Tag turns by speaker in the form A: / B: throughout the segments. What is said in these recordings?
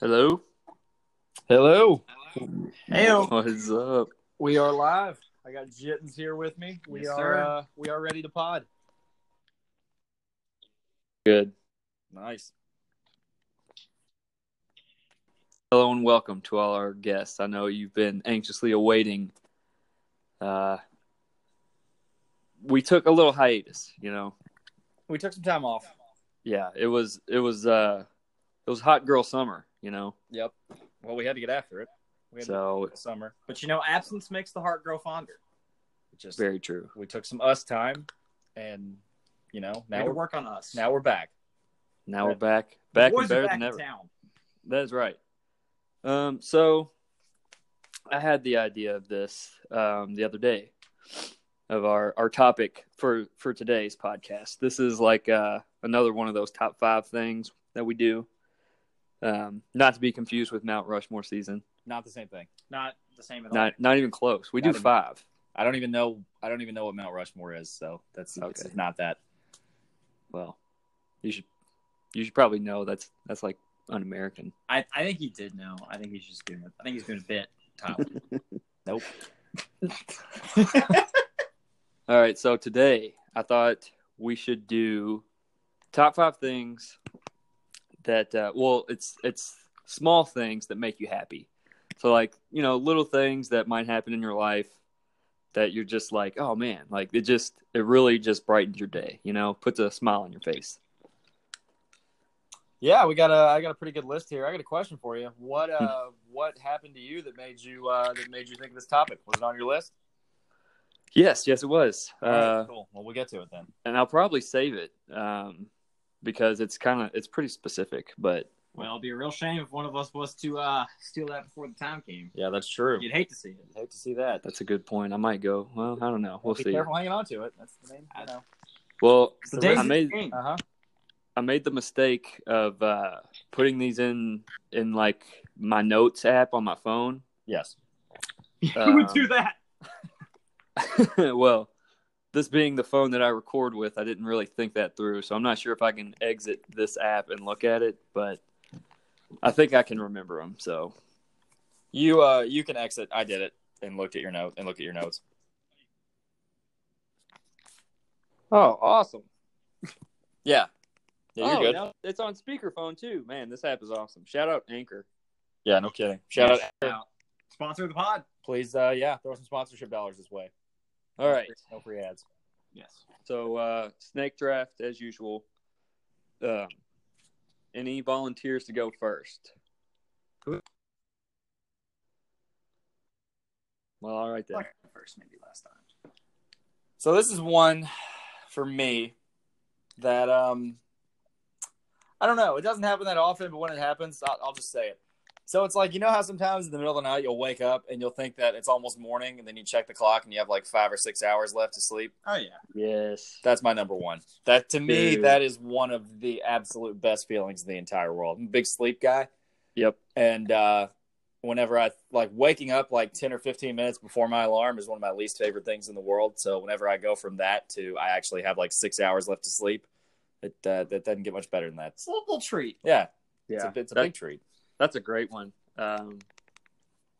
A: Hello.
B: Hello.
C: Heyo.
A: What's up?
B: We are live. I got Jittens here with me. We
C: Yes,
B: are
C: sir.
B: uh, we are ready to pod.
A: Good.
B: Nice.
A: Hello and welcome to all our guests. I know you've been anxiously awaiting. Uh, we took a little hiatus. You know,
B: We took some time off.
A: yeah, it was it was uh, it was hot girl summer. You know,
B: Yep. Well, we had to get after it. We had
A: so
B: to the summer. But you know, absence makes the heart grow fonder. It just
A: very true.
B: we took some us time and you know,
C: Now
B: now
C: to
B: we're,
C: work on us.
B: now we're back.
A: Now we're back, back
C: Boys
A: and better
C: are back
A: than
C: in
A: ever.
C: town.
A: That is right. Um, so I had the idea of this um, the other day of our, our topic for, for today's podcast. This is like uh, another one of those top five things that we do. Um, not to be confused with Mount Rushmore season.
B: Not the same thing.
C: Not the same at all.
A: Not not even close. We
B: Not
A: do
B: even-
A: five.
B: I don't even know I don't even know what Mount Rushmore is, so that's
A: Okay.
B: it's not that.
A: Well, you should you should probably know that's that's like un-American.
C: I, I think he did know. I think he's just doing it. I think he's doing a bit. Top.
B: Nope.
A: All right, so today I thought we should do top five things that uh, well, it's it's small things that make you happy. So like you know, little things that might happen in your life that you're just like, oh man, like it just it really just brightens your day. You know, puts a smile on your face.
B: Yeah, we got a. I got a pretty good list here. I got a question for you. What uh, what happened to you that made you uh, that made you think of this topic? Was it on your list?
A: Yes, yes, it was.
B: All
A: Uh,
B: right, cool. Well, we'll get to it then.
A: and I'll probably save it um, because it's kind of it's pretty specific, but
C: well, it'd be a real shame if one of us was to uh, steal that before the time came.
B: Yeah, that's true.
C: You'd hate to see it.
B: hate to see that.
A: that's a good point. I might go. Well, I don't know. We'll
B: Be
A: see.
B: careful hanging on to it. That's the main. You know.
A: Well,
C: It's the
B: So
C: days
A: I
C: of
A: made.
C: the game.
B: Uh huh.
A: I made the mistake of uh, putting these in in like my notes app on my phone.
B: Yes.
C: Who would
A: um,
C: do that?
A: well, this being the phone that I record with, I didn't really think that through, so I'm not sure if I can exit this app and look at it, but I think I can remember them. So
B: You uh, you can exit. I did it and looked at your note and look at your notes. Oh, awesome. Yeah. Yeah, you're
A: Oh,
B: good.
A: now it's on speakerphone too. Man, this app is awesome. Shout out Anchor.
B: Yeah, no kidding. Shout out.
C: out. Sponsor of the pod.
B: Please, uh, yeah, throw some sponsorship dollars this way.
A: All right,
B: No free ads.
C: Yes.
A: so uh, snake draft as usual. Um, any volunteers to go first?
C: Who-
A: Well, all right then.
C: Like first, maybe last time.
B: So this is one for me that um I don't know. It doesn't happen that often, but when it happens, I'll, I'll just say it. So it's like you know how sometimes in the middle of the night you'll wake up and you'll think that it's almost morning, and then you check the clock and you have like five or six hours left to sleep.
C: Oh, yeah.
A: Yes.
B: That's my number one. That to me,
A: Dude.
B: that is one of the absolute best feelings in the entire world. I'm a big sleep guy,
A: Yep.
B: and uh, whenever I like waking up like 10 or 15 minutes before my alarm is one of my least favorite things in the world. So whenever I go from that to I actually have like six hours left to sleep, it uh, that doesn't get much better than that.
C: It's a little treat.
B: Yeah,
A: Yeah.
B: it's a, it's a
A: That-
B: big treat.
A: That's a great one. Um,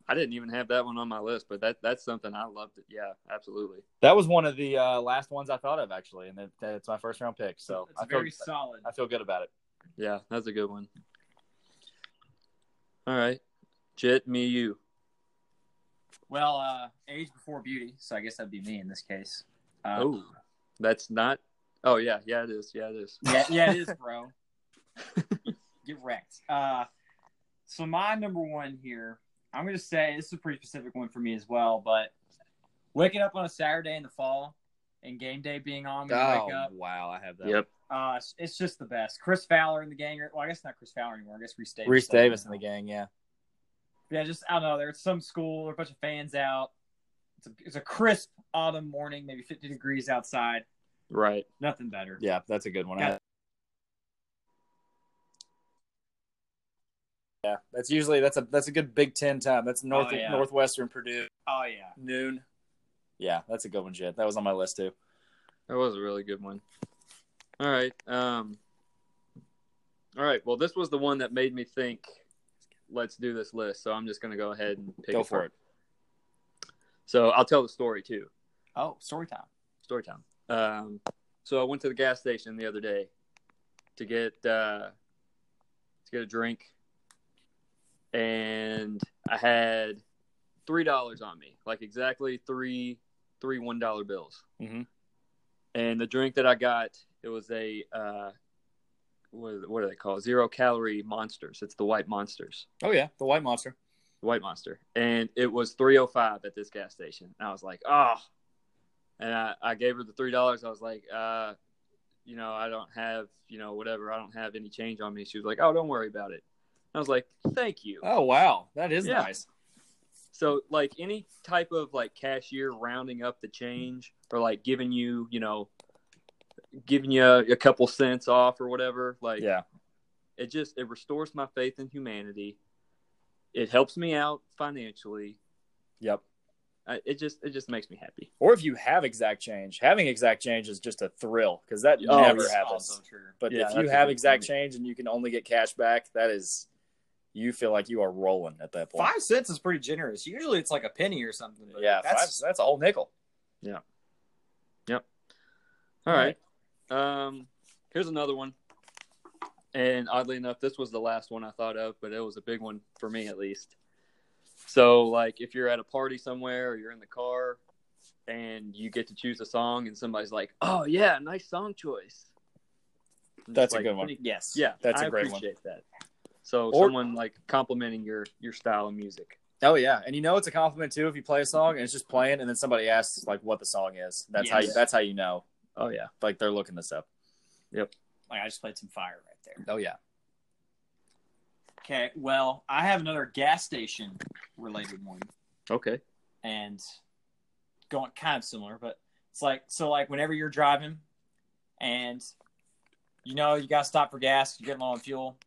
A: I didn't even have that one on my list, but that that's something I loved. It. Yeah, absolutely.
B: That was one of the uh, last ones I thought of actually, and it, it's my first round pick. So
C: it's
B: I feel,
C: very solid.
B: I feel good about it.
A: Yeah, that's a good one. All right, Jit, me, you.
C: Well, uh, age before beauty, so I guess that'd be me in this case. Uh,
A: oh, that's not. Oh yeah, yeah it is. Yeah it is.
C: Yeah, yeah, it is, bro. Get wrecked. Uh, so my number one here, I'm gonna say this is a pretty specific one for me as well. But waking up on a Saturday in the fall and game day being on, when
B: Oh.
C: you wake up,
B: wow, I have that.
A: Yep.
C: uh, it's- it's just the best. Chris Fowler in the gang. Or, well, I guess not Chris Fowler anymore. I guess Reese Davis.
B: Reese Davis in the gang, yeah.
C: Yeah, just I don't know. There's some school, there are a bunch of fans out. It's a, it's a crisp autumn morning, maybe 50 degrees outside.
A: Right.
C: Nothing better.
B: Yeah, that's a good one.
C: Yeah.
B: Yeah, that's usually that's a that's a good Big Ten time. That's north
C: yeah.
B: northwestern Purdue
C: Oh yeah.
B: noon. Yeah, that's a good one, Jed. That was on my list too.
A: That was a really good one. All right. Um. All right. Well, this was the one that made me think let's do this list. So I'm just going to go ahead and pick
B: Go for
A: first.
B: it.
A: So I'll tell the story too.
C: Oh, story time.
A: Story time. Um, so I went to the gas station the other day to get uh, to get a drink, and I had three dollars on me, like exactly three three one dollar bills.
B: Mhm.
A: And the drink that I got, it was a uh, what, what do they call it? zero calorie monsters? It's the white monsters
B: Oh yeah, the white monster.
A: the White Monster, and it was three oh five at this gas station. And I was like, oh, and I, I gave her the three dollars. I was like, uh, you know, I don't have, you know, whatever. I don't have any change on me. She was like, oh, don't worry about it. I was like, thank you.
B: Oh wow, that is
A: Yeah.
B: nice.
A: So like any type of like cashier rounding up the change or like giving you, you know, giving you a, a couple cents off or whatever, like
B: yeah,
A: it just it restores my faith in humanity. It helps me out financially.
B: yep.
A: I, it just it just makes me happy.
B: Or if you have exact change, having exact change is just a thrill because that
A: Oh,
B: never
A: yeah.
B: happens.
C: Also true.
B: But
A: Yeah,
B: if
A: that's
B: you
A: a
B: have
A: good
B: exact
A: point.
B: change and you can only get cash back, that is, you feel like you are rolling at that point.
C: Five cents is pretty generous. Usually it's like a penny or something. But
B: yeah,
C: that's
B: that's that's a whole nickel.
A: All
B: All
A: right. Um, here's another one. And oddly enough, this was the last one I thought of, but it was a big one for me at least. So, like, if you're at a party somewhere or you're in the car and you get to choose a song, and somebody's like, "Oh yeah, nice song choice." I'm just
B: That's a
A: like,
B: good one.
C: yes.
A: Yeah,
B: That's a
A: I
B: great one.
A: appreciate that. So,
B: Or-
A: someone like complimenting your your style of music.
B: Oh yeah, and you know it's a compliment too if you play a song and it's just playing, and then somebody asks like what the song is. That's how you,
C: Yes.
B: that's how you know
A: Oh yeah.
B: like they're looking this up.
C: Like I just played some fire right there.
B: Oh yeah,
C: Okay, well, I have another gas station related one
A: Okay.
C: and going kind of similar, but it's like so like whenever you're driving and you know you gotta stop for gas, you're getting low on fuel,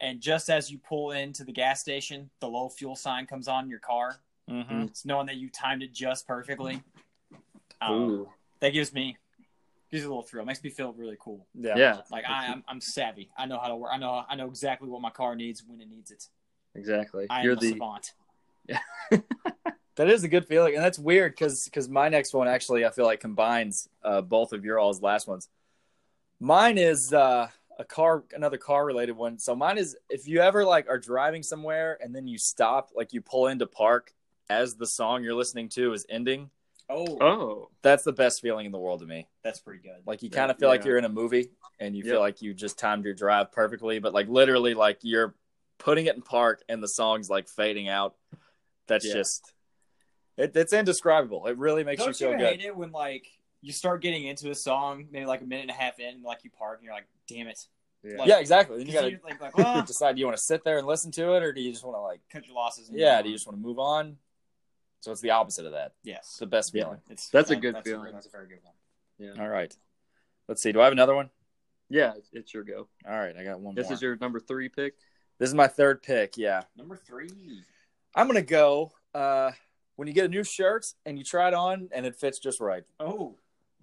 C: and just as you pull into the gas station, the low fuel sign comes on in your car.
B: mm-hmm.
C: It's knowing that you timed it just perfectly. Um, that gives me gives me a little thrill. Makes me feel really cool.
A: Yeah.
B: Mm-hmm. yeah.
C: Like I, I'm, I'm savvy. I know how to work. I know I know exactly what my car needs when it needs it.
A: Exactly.
C: I am
A: you're
C: a
A: the
C: savant.
B: That is a good feeling, and that's weird because because my next one actually I feel like combines uh, both of your all's last ones. Mine is uh, a car, another car related one. So mine is if you ever like are driving somewhere and then you stop, like you pull into park as the song you're listening to is ending.
C: Oh,
A: oh
B: That's the best feeling in the world to me.
C: that's pretty good.
B: Like you
A: Yeah,
B: kind of feel like
A: yeah.
B: you're in a movie and you
A: Yeah.
B: feel like you just timed your drive perfectly, but like literally like you're putting it in park and the song's like fading out. That's
A: Yeah.
B: just it, it's indescribable. It really makes
C: Don't
B: you feel
C: you
B: good.
C: hate it when like you start getting into a song, maybe like a minute and a half in, like you park and you're like, damn it.
A: Yeah.
C: Like,
B: yeah, exactly. Then
C: 'cause
B: you gotta
C: you're like, "Ah, like well,
B: decide do you want to sit there and listen to it or do you just want to like
C: cut your losses. and move
B: yeah,
C: on.
B: do you just want to move on? So it's the opposite of that. It's
C: yes.
B: the best
A: Yeah.
B: feeling.
C: It's,
A: That's a good feeling.
C: that's a very good one.
B: All right. Let's see. Do I have another one?
A: yeah. It's your go.
B: All right, I got one
A: This
B: more.
A: is your number three pick.
B: this is my third pick, yeah.
C: Number three.
B: I'm gonna go uh when you get a new shirt and you try it on and it fits just right.
C: Oh,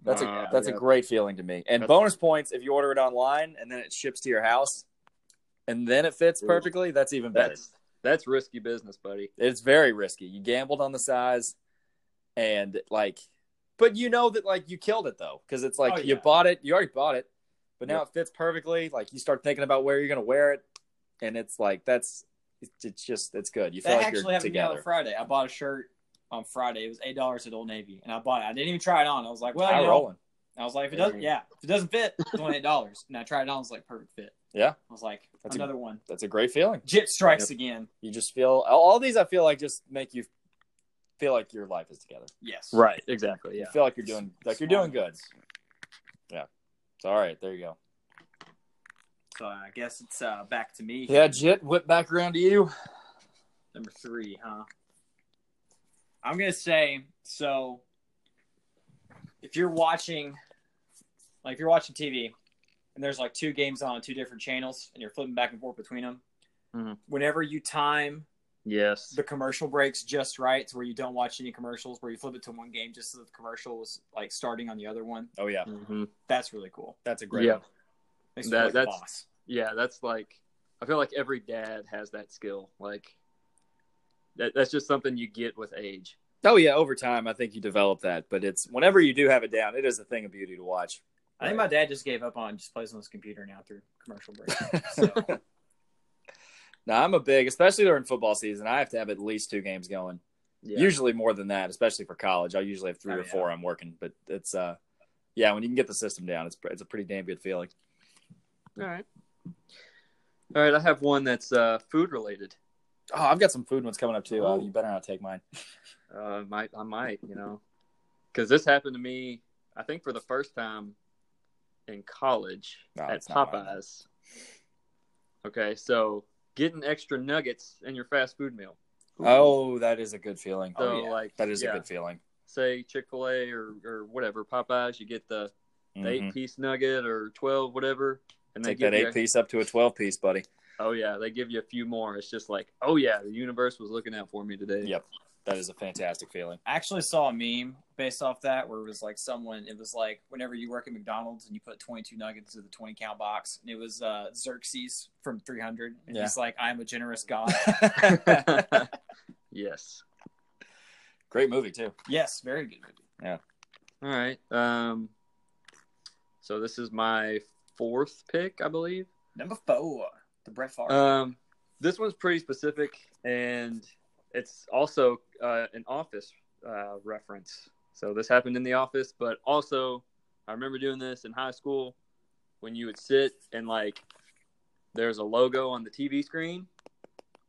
B: That's a
A: Uh,
B: that's
A: yeah.
B: a great feeling to me. And
A: That's-
B: bonus points if you order it online and then it ships to your house, and then it fits
A: Ooh.
B: perfectly. That's even better.
A: That's that's risky business, buddy.
B: It's very risky. You gambled on the size, and like, but you know that like you killed it though because it's like
C: Oh,
B: you
C: yeah.
B: bought it, you already bought it, but now
A: Yep.
B: it fits perfectly. Like you start thinking about where you're gonna wear it, and it's like that's it's, it's just it's good. You feel
C: that
B: like
C: actually
B: you're
C: happened to me on
B: together.
C: Friday. I bought a shirt on Friday. It was eight dollars at Old Navy, and I bought it. I didn't even try it on. I was like, well,
B: I'm
C: you know,
B: rolling.
C: I was like, if it doesn't, yeah, if it doesn't fit, it's only eight dollars. And I tried it on, it was like perfect fit.
B: Yeah.
C: I was like,
B: That's a-
C: another one.
B: That's a great feeling.
C: Jit strikes again.
B: You just feel all, all these. I feel like just make you feel like your life is together.
C: Yes,
A: Right. Exactly.
B: You feel like you're doing like you're
C: Small
B: doing good.
C: ones.
B: It's all right. There you go.
C: So I guess it's uh, back to me.
B: Yeah, Jit, whip back around to you.
C: Number three, huh? I'm gonna say so. If you're watching, like if you're watching TV, and there's like two games on two different channels, and you're flipping back and forth between them,
B: Mm-hmm.
A: Mhm.
C: whenever you time
A: Yes.
C: the commercial breaks just right, to where you don't watch any commercials, where you flip it to one game just so the commercial was like starting on the other one,
B: Oh yeah,
A: Mhm.
C: that's really cool.
B: that's a great
A: Yeah.
B: one.
C: Makes me
A: That-
C: feel like a
A: that's-
C: boss.
A: Yeah, that's like I feel like every dad has that skill. Like that, that's just something you get with age.
B: Oh yeah, over time I think you develop that, but it's whenever you do have it down, it is a thing of beauty to watch.
C: I think my dad just gave up on just plays on his computer now through commercial break. So
B: Now I'm a big, especially during football season, I have to have at least two games going. Usually more than that, especially for college. I usually have three
C: Oh,
B: or
C: yeah.
B: four I'm working, but it's uh yeah, when you can get the system down, it's it's a pretty damn good feeling.
A: All right. All right. I have one that's uh, food related.
B: Oh, I've got some food ones coming up too. Uh,
A: Ooh.
B: you better not take mine.
A: Uh, might I might you know because this happened to me. I think for the first time in college
B: No,
A: at
B: it's not mine.
A: Popeyes. Okay, so getting extra nuggets in your fast food meal.
B: Oh, that is a good feeling.
A: So
C: yeah.
A: like
B: that is
A: Oh, yeah,
B: a good feeling.
A: say Chick Fil A or or whatever Popeyes, you get the, the
B: Mhm.
A: eight piece nugget or twelve whatever, and
B: Take
A: give
B: that
A: you
B: eight
A: a-
B: piece up to a twelve piece, buddy.
A: Oh yeah, they give you a few more. It's just like, oh yeah, the universe was looking out for me today.
B: Yep. That is a fantastic feeling.
C: I actually saw a meme based off that where it was like someone it was like whenever you work at McDonald's and you put 22 nuggets in the 20 count box and it was uh Xerxes from 300 and
B: Yeah.
C: he's like I'm a generous god.
A: yes.
B: Great movie too.
C: yes, very good movie.
A: All right. Um. So this is my fourth pick, I believe.
C: Number 4, The Brett Favre.
A: Um, this one's pretty specific, and it's also uh, an office uh, reference. So this happened in the office, but also I remember doing this in high school when you would sit and like there's a logo on the TV screen,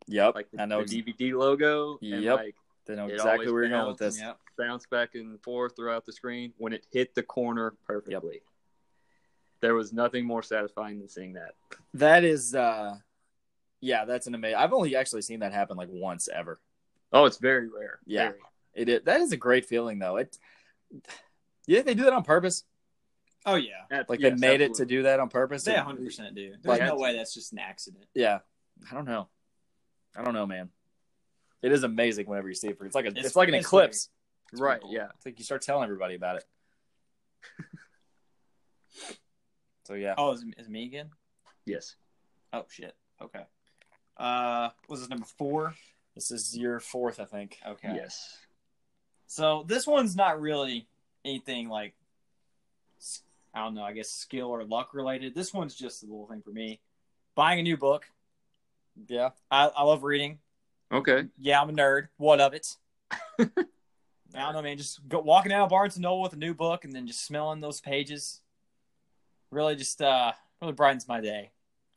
B: Yep.
A: like the,
B: I know
A: the DVD logo, and
B: Yep.
A: like
B: They know
A: It
B: exactly
A: always
B: where you're going with this.
C: Yep.
A: bounce back and forth throughout the screen. When it hit the corner perfectly, there was nothing more satisfying than seeing that.
B: That is, uh yeah, that's an amazing. I've only actually seen that happen like once ever.
A: Oh, it's very rare.
B: Yeah.
A: Very.
B: It, it that is a great feeling though. It. You think they do that on purpose?
C: Oh yeah.
A: That's-
B: Like
A: yes,
B: they made it
A: absolutely.
B: to do that on purpose?
C: They
B: It-
C: 100% do. There's
B: Like-
C: no way that's just an accident.
B: Yeah. I don't know. I don't know, man. It is amazing whenever you see it. It's like a, it's,
C: It's-
B: like an
C: it's
B: eclipse.
A: right. Yeah.
B: It's like you start telling everybody about it. so yeah.
C: Oh, is, is it me again?
A: Yes.
C: Oh shit. Okay. Uh, was this number four?
B: This is your fourth, I think.
C: Okay.
A: Yes.
C: So this one's not really anything like s- I don't know. I guess skill or luck related. This one's just a little thing for me. Buying a new book.
B: Yeah.
C: I, I love reading.
A: Okay.
C: Yeah, I'm a nerd. What of it? I don't know, man. Just go, walking down Barnes and Noble with a new book and then just smelling those pages. Really, just uh, really brightens my day.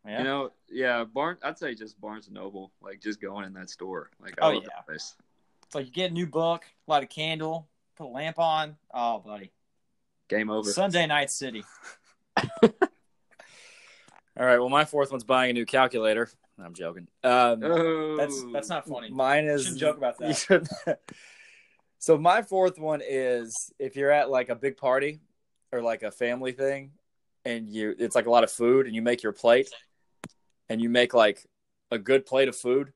B: Yeah.
A: You know, yeah, Barnes. I'd say just Barnes and Noble. Like just going in that store. Like,
C: Oh,
A: I love
C: yeah.
A: that place.
C: It's like you get a new book, light a candle, put a lamp on. Oh, buddy.
A: Game over.
C: Sunday Night City.
B: All right. Well, my fourth one's buying a new calculator. I'm joking. Um,
A: oh,
C: That's that's not funny.
B: Mine is
C: Shouldn't joke about that.
B: You shouldn't. so my fourth one is if you're at like a big party or like a family thing, and you it's like a lot of food, and you make your plate, and you make like a good plate of food.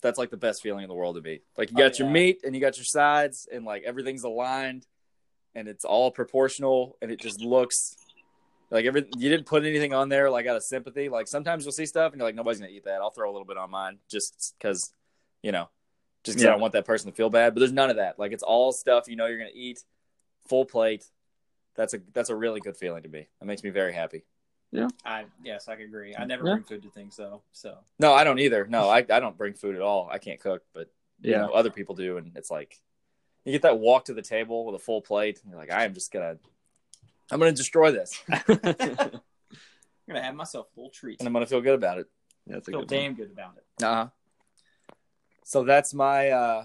B: That's like the best feeling in the world to be. Like you
C: Oh,
B: got your
C: yeah.
B: meat and you got your sides, and like everything's aligned, and it's all proportional, and it just looks. Like every, you didn't put anything on there like out of sympathy. Like sometimes you'll see stuff and you're like, nobody's gonna eat that. I'll throw a little bit on mine just because, you know, just because I don't want that person to feel bad. But there's none of that. Like it's all stuff you know you're gonna eat, full plate. That's a that's a really good feeling to be. That makes me very happy.
C: I yes, I can agree. I never
A: Yeah.
C: bring food to things though. So
B: No, I don't either. No, I, I don't bring food at all. I can't cook, but you
A: Yeah.
B: know other people do, and it's like you get that walk to the table with a full plate, and you're like, I am just gonna, I'm gonna destroy this, and
C: I'm gonna have myself a little treat.
B: I'm gonna feel good about it.
A: that's a
C: Feel
A: good one.
C: damn good about it.
B: Uh huh. So that's my. uh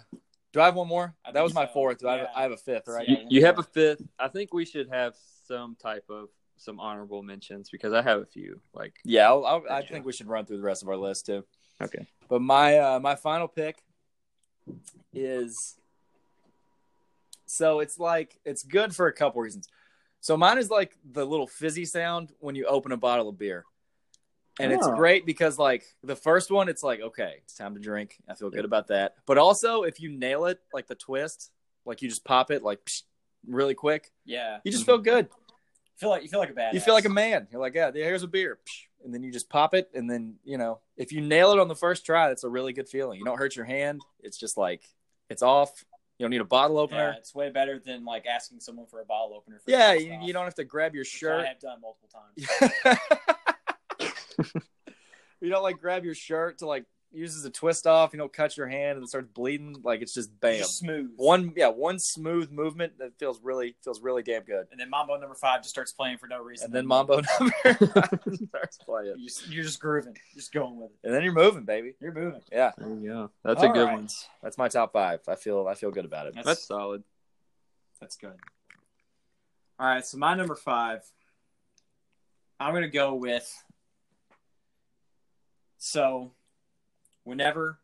B: Do I have one more?
C: I
B: That
C: think
B: was my
C: so.
B: fourth. Do I, have,
C: Yeah.
B: I have a fifth, right?
A: You, you have a fifth. I think we should have some type of some honorable mentions because I have a few. Like,
B: Yeah, I'll, I'll, I
A: Yeah.
B: think we should run through the rest of our list too.
A: Okay.
B: But my uh, my final pick is so it's like it's good for a couple reasons. So mine is like the little fizzy sound when you open a bottle of beer. And it's
C: Oh.
B: great because like the first one it's like okay, it's time to drink. I feel good about that. But also if you nail it like the twist, like you just pop it like psh, really quick,
C: Yeah.
B: you just feel good.
C: feel like you feel like a badass.
B: You feel like a man. You're like, yeah, here's a beer, Psh, and then you just pop it, and then you know, if you nail it on the first try, that's a really good feeling. You don't hurt your hand. It's just like it's off. You don't need a bottle
C: Yeah,
B: opener.
C: it's way better than like asking someone for a bottle opener. For
B: Yeah,
C: their
B: you,
C: stuff,
B: you don't have to grab your
C: which
B: shirt.
C: I have done multiple times.
B: you don't like grab your shirt to like use as a twist off. You don't cut your hand and it starts bleeding. Like it's just bam.
C: Just smooth.
B: One yeah, one smooth movement that feels really feels really damn good.
C: and then Mambo number five just starts playing for no reason.
B: And then Mambo number starts playing.
C: You just- you're just grooving, just going with it.
B: And then you're moving, baby.
C: You're moving.
B: Yeah,
A: There you go. That's a
C: All
A: good
C: right.
A: one.
B: that's my top five. I feel I feel good about it.
C: That's,
A: That's
C: that's
A: solid.
C: good. All right, so my number five, I'm gonna go with. So, whenever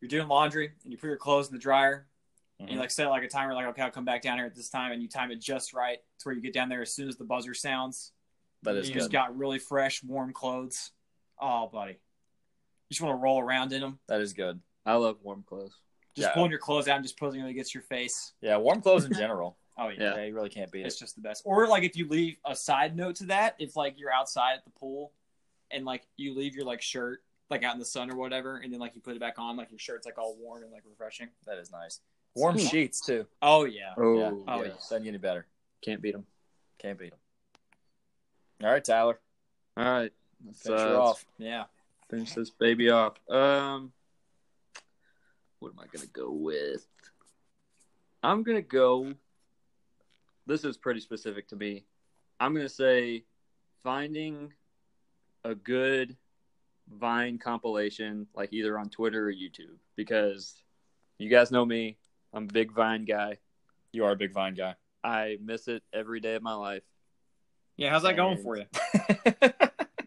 C: you're doing laundry and you put your clothes in the dryer, and
B: Mm-hmm.
C: you like set like a timer, like okay, I'll come back down here at this time, and you time it just right to where you get down there as soon as the buzzer sounds.
B: That is
C: you
B: good.
C: just got really fresh, warm clothes. Oh, buddy, you just want to roll around in them.
B: that is good.
A: I love warm clothes.
C: Just
B: Yeah.
C: pulling your clothes out and just posing them against your face.
B: Yeah, warm clothes in general.
C: Oh
A: Yeah.
B: yeah. you really can't beat
C: It's
B: it.
C: just the best. Or like if you leave a side note to that, if like you're outside at the pool and like you leave your like shirt like out in the sun or whatever, and then like you put it back on, like your shirt's like all worn and like refreshing.
B: That is nice. Warm
A: Yeah.
B: sheets too.
C: Oh yeah.
A: Oh,
B: Yeah.
C: Oh,
A: yes.
B: Doesn't get any better.
A: Can't beat them.
B: Can't beat them. All right, Tyler.
A: All right. Let's,
B: Finish
A: uh,
B: her off.
C: Yeah.
A: finish this baby off. Um, what am I gonna go with? I'm gonna go. This is pretty specific to me. I'm gonna say finding a good Vine compilation, like either on Twitter or YouTube, because you guys know me. I'm a big Vine guy.
B: You are a big vine guy.
A: I miss it every day of my life.
C: Yeah, how's
A: that going for
C: you?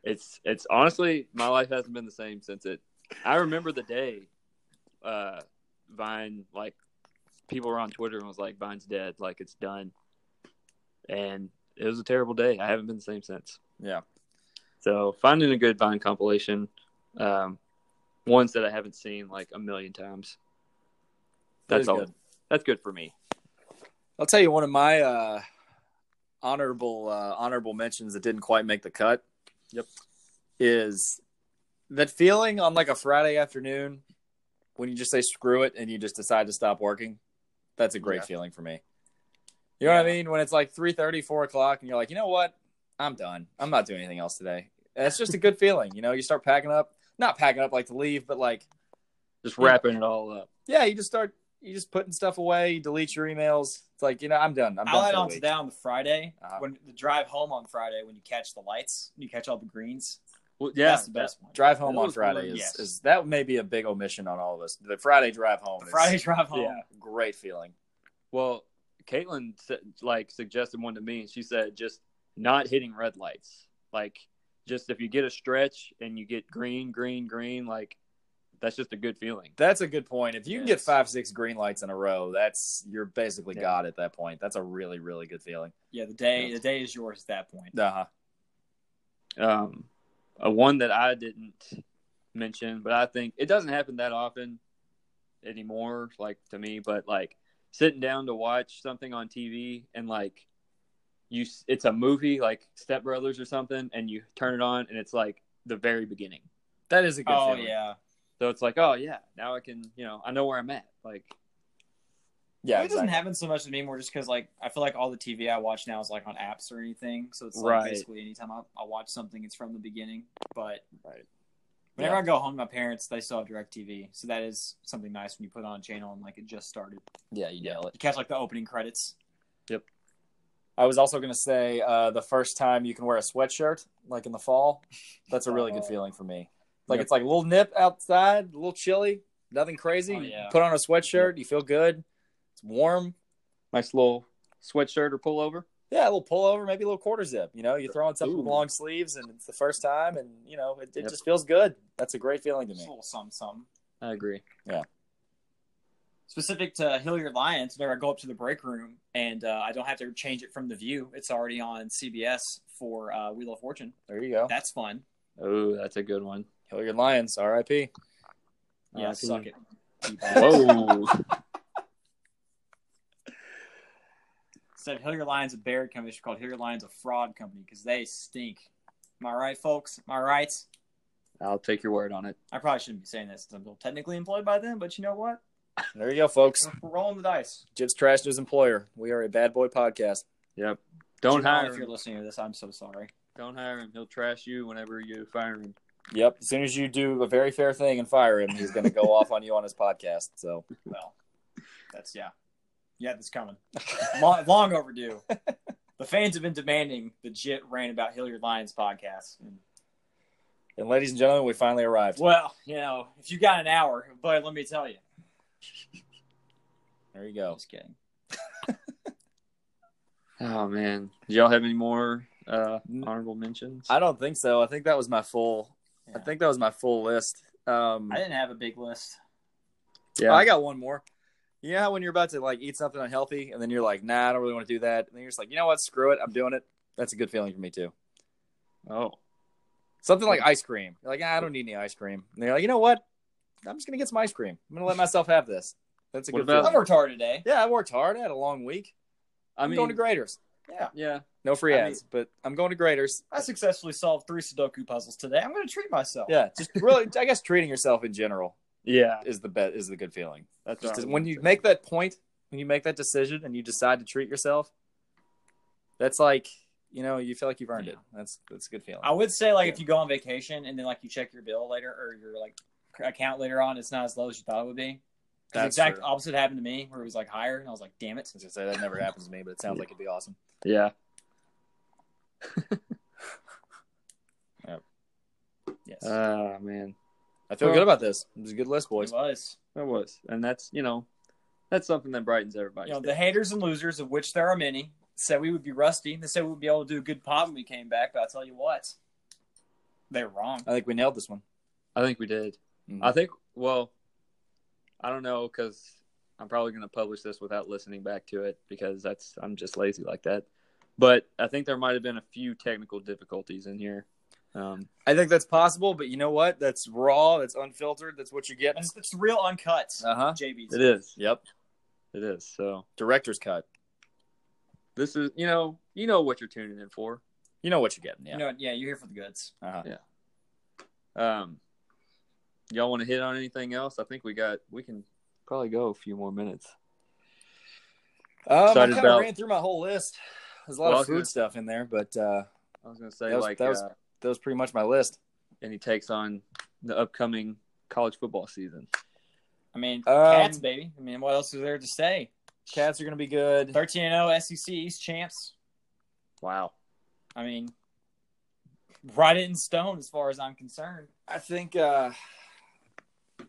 A: it's it's honestly my life hasn't been the same since it i remember the day uh vine like people were on twitter and was like vine's dead like it's done and it was a terrible day i haven't been the same since
B: yeah.
A: so finding a good vine compilation um ones that i haven't seen like a million times
B: That
A: that's
B: is
A: all
B: good.
A: that's good for me
B: I'll tell you one of my uh, honorable uh, honorable mentions that didn't quite make the cut.
A: Yep.
B: Is that feeling on like a Friday afternoon when you just say screw it and you just decide to stop working? That's a great
A: Yeah.
B: feeling for me. You know what I mean? When it's like 3 4 o'clock and you're like, you know what? I'm done. I'm not doing anything else today. That's just a good feeling. You know, you start packing up, not packing up like to leave, but like
A: just wrapping it all up
B: yeah, you just start you just putting stuff away, you delete your emails. It's like, you know, I'm done. I'm
C: I'll
B: done
C: add
B: for the
C: on to
B: week.
C: that on the Friday
B: Uh-huh.
C: when the drive home on Friday when you catch the lights, when you catch all the greens.
A: well, yeah
C: that's the best one.
B: Drive home
A: That
B: on
A: was
B: Friday
A: one,
B: is,
C: yes.
B: is that may be a big omission on all of us. The Friday drive home.
C: The
B: is-
C: Friday drive home.
B: yeah, great feeling.
A: Well, Caitlin sa- like suggested one to me, and she said just not hitting red lights. Like, just if you get a stretch and you get green, green, green, like that's just a good feeling.
B: That's a good point. If you can get
C: Yes.
B: five, six green lights in a row, that's you're basically
A: Yeah.
B: God at that point. That's a really, really good feeling.
C: Yeah, the day the day is yours at that point.
B: Uh huh.
A: Um, a one that I didn't mention, but I think it doesn't happen that often anymore, like to me. But like sitting down to watch something on TV and like you, s- it's a movie like Step Brothers or something, and you turn it on and it's like the very beginning.
B: That is a good
C: Oh
B: feeling.
C: yeah.
A: So it's like, oh yeah, now I can, you know, I know where I'm at. Like,
B: Yeah.
C: it doesn't
B: exactly.
C: happen so much to me more just because like I feel like all the TV I watch now is like on apps or anything. So it's like
A: Right.
C: basically anytime I, I watch something, it's from the beginning. But
B: Right.
C: whenever
B: Yeah.
C: I go home to my parents, they still have direct TV. So that is something nice when you put on a channel and like it just started.
B: Yeah, you nail it.
C: You catch like the opening credits.
B: I was also gonna say uh, the first time you can wear a sweatshirt, like in the fall, that's a really good
C: Oh.
B: feeling for me. Like
A: Yep.
B: it's like a little nip outside, a little chilly, nothing crazy.
C: Oh, yeah.
B: You put on a sweatshirt, you feel good. It's warm.
A: nice little sweatshirt or pullover.
B: Yeah, a little pullover, maybe a little quarter zip. You know, you're throwing something with
A: Ooh.
B: long sleeves, and it's the first time, and you know, it, it
A: Yep.
B: just feels good. That's a great feeling to
C: Just a
B: me.
C: little something something.
A: I agree.
C: Specific to Hilliard Lions, whenever I go up to the break room and uh, I don't have to change it from the view, it's already on CBS for uh, Wheel of Fortune.
B: There you go.
C: That's fun.
A: Oh, that's a good one.
B: Hilliard Lions, R.I.P.
C: Yeah,
A: Uh,
C: suck it.
A: Whoa.
C: Instead, Hillier Lyons a Baird company should be called Hillier Lyons a fraud company because they stink. Am I right, folks? Am I right?
A: I'll take your word on it.
C: I probably shouldn't be saying this since I'm still technically employed by them, but you know what?
B: There you go, folks.
C: We're, we're rolling the dice.
B: Jib's trashed his employer. We are a bad boy podcast.
A: Yep. Don't
C: Jim Allen,
A: hire
C: If
A: him.
C: you're listening to this, I'm so sorry.
A: Don't hire him. He'll trash you whenever you fire him.
B: Yep. As soon as you do a very fair thing and fire him, he's going to go off on you on his podcast. So
C: Well, that's yeah, yeah, that's coming. long, long overdue. The fans have been demanding the JIT rant about Hilliard Lyons podcast. And,
B: And ladies and gentlemen, we finally arrived.
C: well, you know, if you got an hour, but let me tell you,
B: There you go.
C: just kidding.
A: Oh man, do y'all have any more uh,
B: N-
A: honorable mentions?
B: I don't think so. I think that was my full.
C: Yeah.
B: I think that was my full list. Um,
C: I didn't have a big list.
A: yeah,
B: Oh, I got one more. You know how when you're about to like eat something unhealthy, and then you're like, "Nah, I don't really want to do that," and then you're just like, "You know what? Screw it. I'm doing it." That's a good feeling for me too.
A: oh,
B: Something like ice cream. You're like, "Ah, I don't need any ice cream. And they're like, "You know what? I'm just gonna get some ice cream. I'm gonna let myself have this." That's a
A: What
B: good.
A: about-
C: I
B: feeling.
C: worked hard today.
B: Yeah, I worked hard. I had a long week.
A: I
B: I'm
A: mean,
B: going to graders.
A: yeah,
B: No free
C: I
B: ads, but I'm going to graders.
C: I successfully solved three Sudoku puzzles today. I'm going to treat myself.
B: Yeah, just really. I guess treating yourself in general
A: yeah.
B: is the bet is the good feeling.
A: That's
B: Just
A: what I
B: when
A: would
B: you
A: say.
B: make that point, when you make that decision, and you decide to treat yourself, that's like you know you feel like you've earned it. That's that's a good feeling.
C: I would say like if you go on vacation and then like you check your bill later or your like account later on, it's not as low as you thought it would be. 'Cause The
B: That's
C: exact
B: true.
C: opposite happened to me where it was like higher and I was like, damn it.
B: I was gonna say that never happens to me, but it sounds like it'd be awesome.
A: yeah.
C: Yes.
A: Ah man,
B: I feel
A: Well-
B: good about this. It was a good
C: it
B: list, Uh, boys.
C: was.
A: that was, and that's you know, that's something that brightens everybody's
C: You know,
A: day.
C: the haters and losers, of which there are many, said we would be rusty. They said we would be able to do a good pod when we came back, but I'll tell you what, they're wrong.
B: I think we nailed this one.
A: I think we did.
B: Mhm.
A: I think. Well, I don't know because I'm probably going to publish this without listening back to it because that's I'm just lazy like that. But I think there might have been a few technical difficulties in here. Um,
B: I think that's possible, but you know what? That's raw. That's unfiltered. That's what you get.
C: It's, it's real uncut.
B: Uh huh.
C: JB's.
A: it is.
B: Yep.
A: It is. So
B: Director's cut.
A: this is you know you know what you're tuning in for.
B: You know what you're getting.
C: You
B: Yeah.
C: know, yeah, you're here for the goods.
B: Uh-huh.
A: Um, y'all want to hit on anything else? I think we got we can probably go a few more minutes.
B: Um, I
A: Excited
B: kind
A: about-
B: of ran through my whole list. There's a lot
A: Well, I
B: of
A: was
B: food
A: gonna-
B: stuff in there, but uh,
A: I was going to say
B: That was-
A: like
B: that was-
A: uh,
B: that was pretty much my list.
A: any takes on the upcoming college football season.
C: I mean,
B: Um,
C: cats, baby. I mean, what else is there to say? oh
B: Cats are gonna be good.
C: 13 0 SEC E East champs.
A: Wow.
C: I mean, right in stone as far as I'm concerned.
B: I think uh,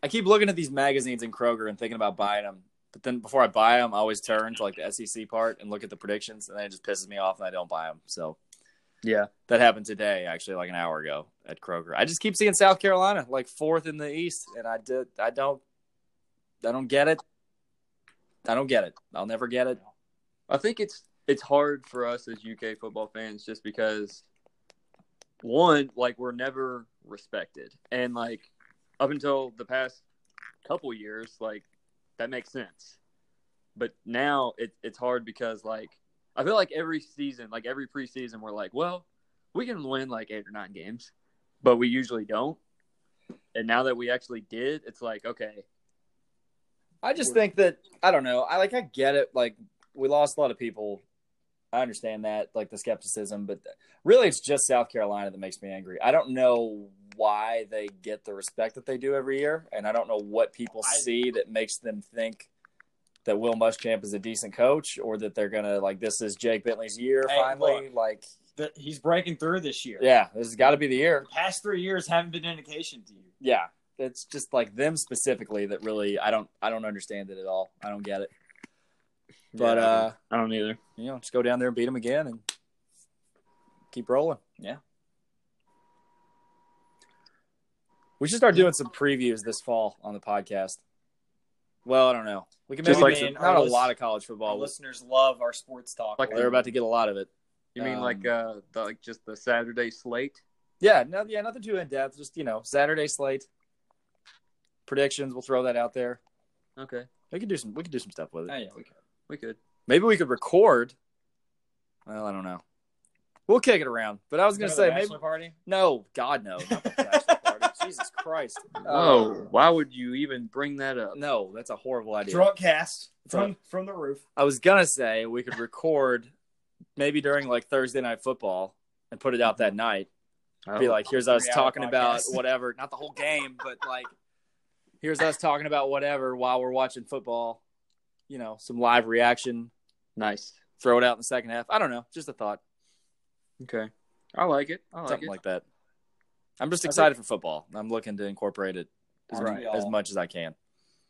B: I keep looking at these magazines in Kroger and thinking about buying them. But then before I buy them, I always turn to like the SEC part and look at the predictions, and then it just pisses me off, and I don't buy them. So
A: Yeah.
B: that happened today, actually, like an hour ago at Kroger. I just keep seeing South Carolina like fourth in the East, and I did. I don't. I don't get it. I don't get it. I'll never get it.
A: I think it's it's hard for us as UK football fans just because one, like we're never respected. And like up until the past couple years, like that makes sense. But now it, it's hard because like I feel like every season, like every preseason, we're like, well, we can win like eight or nine games, but we usually don't. And now that we actually did, it's like, okay,
B: I just think that I don't know. I like I get it. Like we lost a lot of people. I understand that, like the skepticism, but really it's just South Carolina that makes me angry. I don't know why they get the respect that they do every year, and I don't know what people
C: I-
B: see that makes them think that Will Muschamp is a decent coach or that they're gonna like this is Jake Bentley's year
C: Hey,
B: finally. Like,
C: That he's breaking through this year.
B: yeah, this has got to be the year.
C: The past three years haven't been an indication to you.
B: Yeah, it's just like them specifically that really I don't I don't understand it at all. I don't get it. But
A: Yeah,
B: uh
A: I don't either.
B: you know, just go down there and beat them again and keep rolling.
C: Yeah.
B: We should start doing some previews this fall on the podcast. Well, I don't know. We can
A: Just
B: maybe
A: like
B: do-
C: some-
B: not a
C: our
B: lot
C: list-
B: of college
C: Our
B: football.
C: listeners love our sports talk.
A: Like
B: They're about to get a lot of it.
A: You mean
B: Um,
A: like uh the, like just the Saturday slate?
B: Yeah, no, yeah, nothing too in depth. Just you know, Saturday slate predictions. We'll throw that out there.
A: Okay,
B: We could do some. We could do some stuff with
C: oh,
B: it.
C: yeah, we can.
A: we could.
B: Maybe we could record Well, I don't know. We'll kick it around. But I was going to say, maybe.
C: bachelor party.
B: No, God, no. Not the bachelor party. Jesus Christ.
A: Oh,
B: Uh,
A: why would you even bring that up?
B: no, that's a horrible idea.
C: Drunk cast
B: from-
C: from from the roof.
B: I was gonna say we could record maybe during like Thursday night football and put it out
A: Mm-hmm.
B: that night.
A: Oh,
B: Be like, here's us
C: Three-hour
B: talking about
C: podcast.
B: whatever, not the whole game, but like, here's us talking about whatever while we're watching football. You know, some live reaction.
A: nice.
B: Throw it out in the second half. I don't know, just a thought,
A: Okay, I like it. I like
B: something
A: it.
B: like that. I'm just
A: I think-
B: excited for football. I'm looking to incorporate it as,
C: Aren't we
B: as
C: all?
B: much as I can.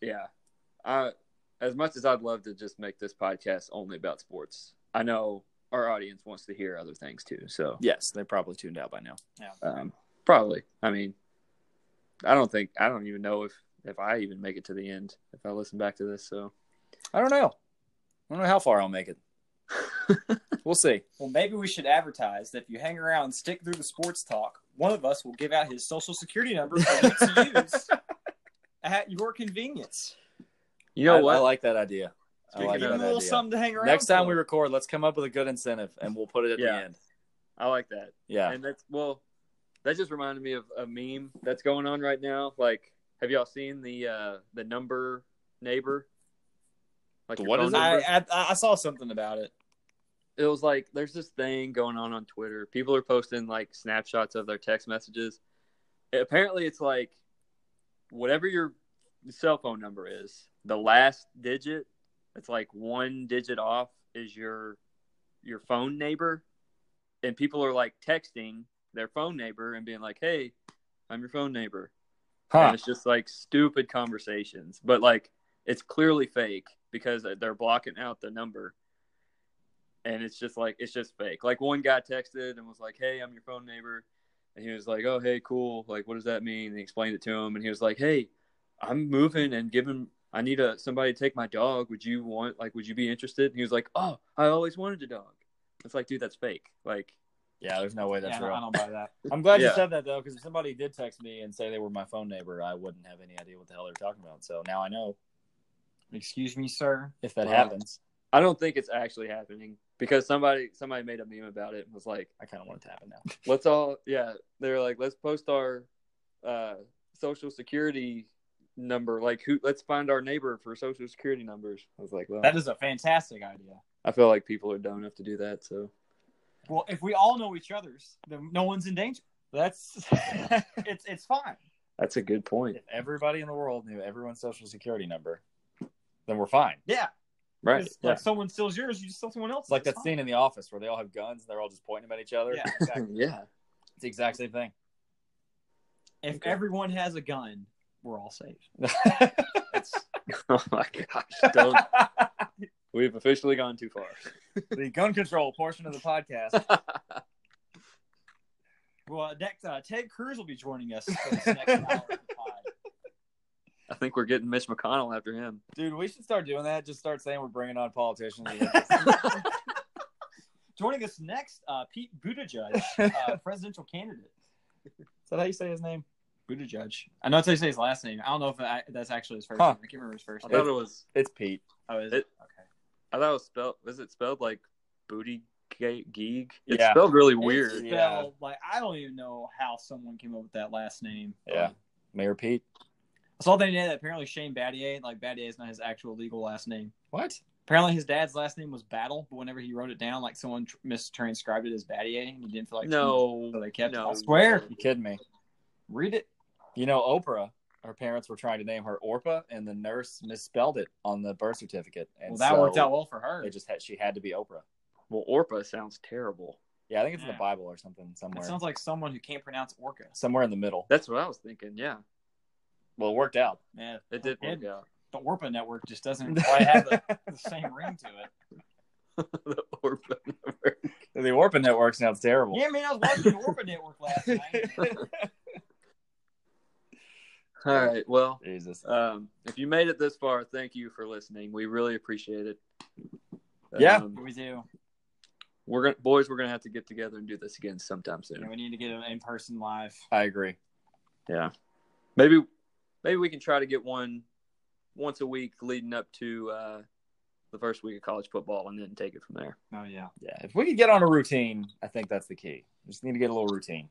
A: yeah. Uh, as much as I'd love to just make this podcast only about sports, I know our audience wants to hear other things too. So
B: Yes, they probably tuned out by now.
C: Yeah.
A: um, probably. I mean, I don't think I don't even know if if I even make it to the end if I listen back to this. So
B: I don't know. I don't know how far I'll make it. we'll see.
C: Well, maybe we should advertise that if you hang around and stick through the sports talk, one of us will give out his social security number for you to use at your convenience.
A: you know
B: I,
A: what?
B: I like that idea. Oh, I like
A: Speaking
C: Give
A: of-
B: that
C: him a little
B: idea.
C: something to hang around.
B: Next time
C: for.
B: we record, let's come up with a good incentive and we'll put it at
A: Yeah.
B: the end.
A: I like that.
B: Yeah.
A: And that's well, that just reminded me of a meme that's going on right now. Like, have y'all seen the uh the number neighbor? Like
B: The
A: your
B: what
A: phone
B: is it?
A: number?
C: I, I I saw something about it.
A: It was like there's this thing going on on Twitter. People are posting like snapshots of their text messages. Apparently, it's like whatever your cell phone number is, the last digit, it's like one digit off is your your phone neighbor, and people are like texting their phone neighbor and being like, "Hey, I'm your phone neighbor." And it's just like stupid conversations, but like it's clearly fake because they're blocking out the number. And it's just like it's just fake. Like one guy texted and was like, "Hey, I'm your phone neighbor," and he was like, "Oh, hey, cool. Like, what does that mean?" And he explained it to him, and he was like, "Hey, I'm moving and giving. I need a somebody to take my dog. Would you want? Like, would you be interested?" And he was like, "Oh, I always wanted a dog." It's like, dude, that's fake. Like,
B: Yeah, there's no way that's
C: yeah, I don't- I
B: real.
C: don't buy that. I'm glad
A: Yeah.
C: you
B: said
C: said
B: that though, because if somebody did text me and say they were my phone neighbor, I wouldn't have any idea what the hell they're talking about. So now I know
C: that. Excuse me, sir.
B: if that
A: Well,
B: happens.
A: I don't think it's actually happening because somebody somebody made a meme about it and was like.
B: I kind of want it to happen now.
A: let's all yeah they're like let's post our uh social security number like who let's find our neighbor for social security numbers i was like well
C: That is a fantastic idea.
A: i feel like people are dumb enough to do that so
C: Well, if we all know each other's, then no one's in danger. That's it's it's fine.
A: that's a good point
B: If everybody in the world knew everyone's social security number, then we're fine.
C: Yeah,
A: right
C: It's Like someone steals yours, you just steal someone else's.
B: It's like that
C: It's fine.
B: scene in The Office where they all have guns and they're all just pointing them at each other.
C: Yeah,
A: yeah.
C: exactly.
A: yeah
B: It's the exact same thing.
C: if
A: Okay.
C: everyone has a gun, we're all safe.
A: oh my gosh don't we've officially gone too far
B: the gun control portion of the podcast.
C: Well, next, uh, Ted Cruz will be joining us for this next hour of the pod.
A: i think we're getting mitch mcconnell after him
B: Dude, we should start doing that. Just start saying we're bringing on politicians.
C: Joining us next, uh, Pete Buttigieg, uh, presidential candidate.
B: Is that how you say his name?
C: Buttigieg. I know that's how you say his last name. I don't know if that, that's actually his first
B: Huh.
C: name. I can't remember his first
A: i
C: name.
A: thought it was
B: It's Pete.
C: Oh, is
A: it-
C: it? Okay.
A: i thought it was spelled was it spelled like booty ga- geeg it's
B: Yeah.
A: spelled really weird
C: It's spelled,
B: Yeah.
C: like I don't even know how someone came up with that last name.
B: Yeah. Mayor Pete.
C: I saw the name that apparently Shane Battier, like Battier is not his actual legal last name.
B: What?
C: Apparently his dad's last name was Battle, but whenever he wrote it down, like someone tr- mistranscribed it as Battier, and he didn't feel like
A: no
C: so they kept.
A: no.
C: it. I swear,
B: You kidding me?
C: read it.
B: You know, Oprah, her parents were trying to name her Orpa, and the nurse misspelled it on the birth certificate. And
C: Well, that
B: so
C: worked out well for her.
B: They just had, she had to be Oprah.
A: well orpa sounds terrible
B: Yeah, I think it's in
C: Yeah.
B: the Bible or something
C: It
B: somewhere.
C: sounds like someone who can't pronounce orca.
B: somewhere in the middle.
A: That's what I was thinking. Yeah,
B: Well, it worked out.
C: Man,
A: it did work
C: The
A: out.
C: Orpa network just doesn't quite have the, the same ring to it.
A: the Orphan number.
B: The Orpa network sounds terrible.
C: Yeah, man, I was watching the Orpa network last night.
A: All right. Well,
B: Jesus.
C: Uh,
A: um, if you made it this far, thank you for listening. We really appreciate it.
B: Yeah.
A: Um,
C: We do.
A: we're gonna boys. We're gonna have to get together and do this again sometime
C: Yeah,
A: soon.
C: we need to get an in person live.
B: I agree.
A: Yeah. Maybe maybe we can try to get one once a week leading up to uh, the first week of college football and then take it from there.
C: Oh yeah.
B: Yeah, if we could get on a routine, I think that's the key. We just need to get a little routine.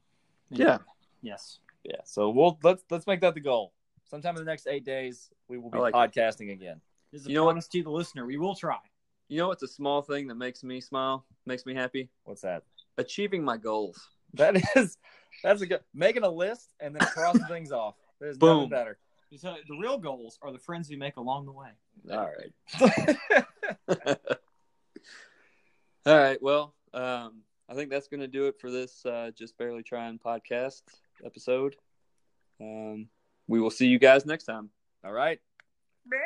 A: Yeah.
C: Yes.
B: Yeah, so we'll let's let's make that the goal. Sometime in the next eight days, we will be
A: I like it.
B: podcasting again.
C: This is
A: You
C: a
A: know what-
C: promise to the listener. We will try.
A: You know what's a small thing that makes me smile, makes me happy?
B: What's that?
A: Achieving my goals.
B: That is that's a good making a list and then crossing things off. There's
A: Boom.
B: nothing better.
C: So the real goals are the friends we make along the way.
A: All right. All right. Well, um, I think that's going to do it for this uh, Just Barely Trying podcast episode. Um, we will see you guys next time.
B: All right.
C: Meh.